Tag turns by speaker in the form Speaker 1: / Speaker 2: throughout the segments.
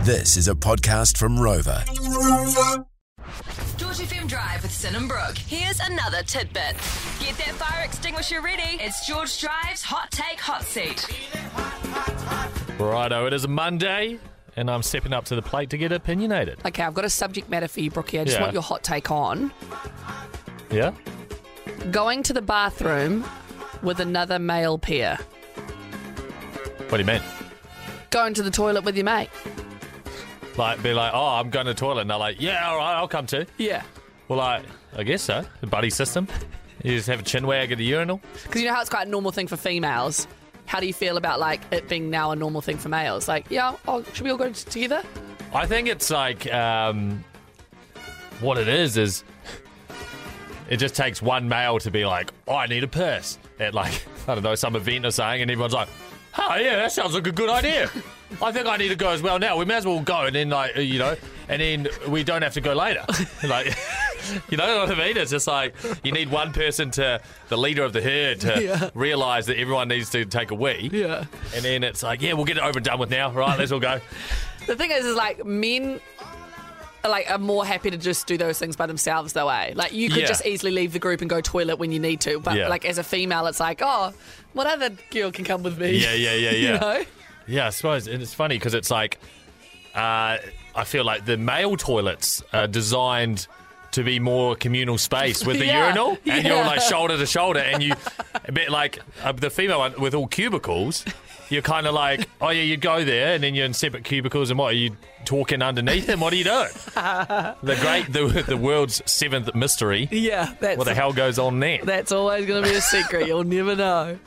Speaker 1: This is a podcast from Rover.
Speaker 2: George FM Drive with Sin and Brooke. Here's another tidbit. Get that fire extinguisher ready. It's George Drive's Hot Take Hot Seat.
Speaker 3: Righto, it is Monday, and I'm stepping up to the plate to get opinionated.
Speaker 4: Okay, I've got a subject matter for you, Brookie. I just
Speaker 3: Yeah.
Speaker 4: want your hot take on.
Speaker 3: Yeah?
Speaker 4: Going to the bathroom with another male peer.
Speaker 3: What do you mean?
Speaker 4: Going to the toilet with your mate.
Speaker 3: Like, be like, oh, I'm going to the toilet. And they're like, yeah, all right, I'll come too.
Speaker 4: Yeah.
Speaker 3: Well, I, I guess so. The buddy system. You just have a chin wag at a urinal.
Speaker 4: Because you know how it's quite a normal thing for females. How do you feel about like it being now a normal thing for males? Like, yeah, oh, should we all go t- together?
Speaker 3: I think it's like, um, what it is, is it just takes one male to be like, oh, I need a purse at like, I don't know, some event or something, and everyone's like, oh, yeah, that sounds like a good idea. I think I need to go as well now. We may as well go, and then, like, you know, and then we don't have to go later. Like, you know what I mean? It's just like you need one person to, the leader of the herd, to
Speaker 4: Yeah.
Speaker 3: realize that everyone needs to take a wee.
Speaker 4: Yeah.
Speaker 3: And then it's like, yeah, we'll get it over and done with now. Right, let's all go.
Speaker 4: The thing is, is like men. are, Like are more happy to just do those things by themselves though, eh? Like you could
Speaker 3: Yeah.
Speaker 4: just easily leave the group and go toilet when you need to, but
Speaker 3: Yeah.
Speaker 4: like as a female, it's like, oh, what other girl can come with me?
Speaker 3: Yeah, yeah, yeah, yeah.
Speaker 4: you know?
Speaker 3: Yeah, I suppose. And it's funny because it's like, uh, I feel like the male toilets are designed to be more communal space with the
Speaker 4: Yeah,
Speaker 3: urinal, and you're
Speaker 4: yeah.
Speaker 3: like shoulder to shoulder, and you, a bit like uh, the female one with all cubicles, you're kind of like, oh yeah, you go there, and then you're in separate cubicles, and what are you talking underneath them? What are you doing? the great, the, the world's seventh mystery.
Speaker 4: Yeah, that's
Speaker 3: What the hell goes on there?
Speaker 4: That's always going to be a secret. You'll never know.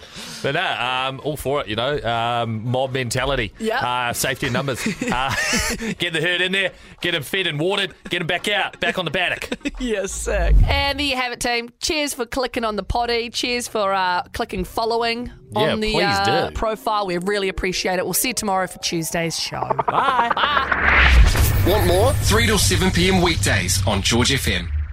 Speaker 3: But no, um, all for it, you know. Um, mob mentality.
Speaker 4: Yeah.
Speaker 3: Uh, safety in numbers. uh, get the herd in there, get them fed and watered, get them back out, back on the paddock.
Speaker 4: Yes, sick. And there you have it, team. Cheers for clicking on the potty. Cheers for uh, clicking following
Speaker 3: Yeah,
Speaker 4: on the
Speaker 3: please
Speaker 4: uh,
Speaker 3: do.
Speaker 4: profile. We really appreciate it. We'll see you tomorrow for Tuesday's show.
Speaker 5: Want more? 3 till 7 p.m. weekdays on George FM.